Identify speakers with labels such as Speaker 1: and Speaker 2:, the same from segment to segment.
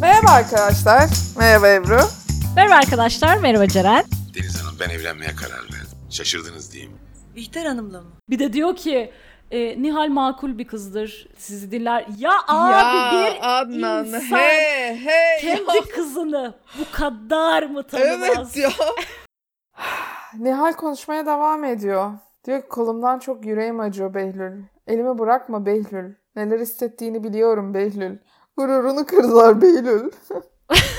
Speaker 1: Merhaba arkadaşlar. Merhaba Ebru.
Speaker 2: Merhaba arkadaşlar, merhaba Ceren.
Speaker 3: Deniz Hanım ben evlenmeye karar verdim. Şaşırdınız diyeyim.
Speaker 4: Bihter Hanım'la mı?
Speaker 5: Bir de diyor ki e, Nihal makul bir kızdır. Sizi dinler. Ya abi bir
Speaker 6: Adnan,
Speaker 5: insan
Speaker 6: Hey hey.
Speaker 5: kendi kızını bu kadar mı tanımaz?
Speaker 6: Evet ya.
Speaker 1: Nihal konuşmaya devam ediyor. Diyor ki kolumdan çok yüreğim acıyor Behlül. Elimi bırakma Behlül. Neler hissettiğini biliyorum Behlül. Gururunu kırdılar Behlül.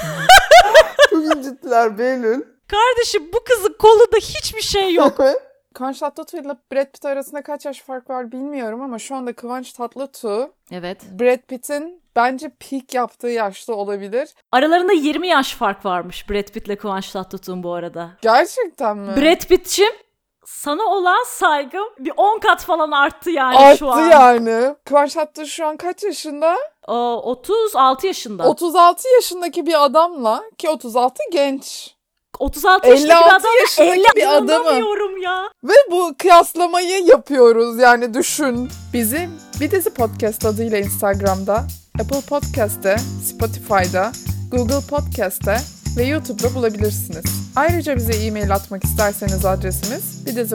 Speaker 1: çok incittiler Behlül.
Speaker 5: Kardeşim bu kızın kolunda hiçbir şey yok.
Speaker 1: Kıvanç Tatlıtuğ ile Brad Pitt arasında kaç yaş fark var bilmiyorum ama şu anda Kıvanç Tatlıtuğ
Speaker 5: evet.
Speaker 1: Brad Pitt'in bence peak yaptığı yaşta olabilir.
Speaker 5: Aralarında 20 yaş fark varmış Brad Pitt'le Kıvanç Tatlıtuğ'un bu arada.
Speaker 1: Gerçekten mi?
Speaker 5: Brad Pitt'çim sana olan saygım bir 10 kat falan arttı yani şu
Speaker 1: Arttı
Speaker 5: an.
Speaker 1: yani. Kıvanç Tatlıtuğ şu an kaç yaşında?
Speaker 5: Ee, 36 yaşında.
Speaker 1: 36 yaşındaki bir adamla ki 36 genç.
Speaker 5: 36 yaşındaki
Speaker 1: 56
Speaker 5: bir adamla
Speaker 1: yaşındaki
Speaker 5: 50
Speaker 1: bir adamı.
Speaker 5: inanamıyorum ya.
Speaker 1: Ve bu kıyaslamayı yapıyoruz yani düşün. Bizi bir dizi podcast adıyla Instagram'da, Apple Podcast'te, Spotify'da, Google Podcast'te ve YouTube'da bulabilirsiniz. Ayrıca bize e-mail atmak isterseniz adresimiz bir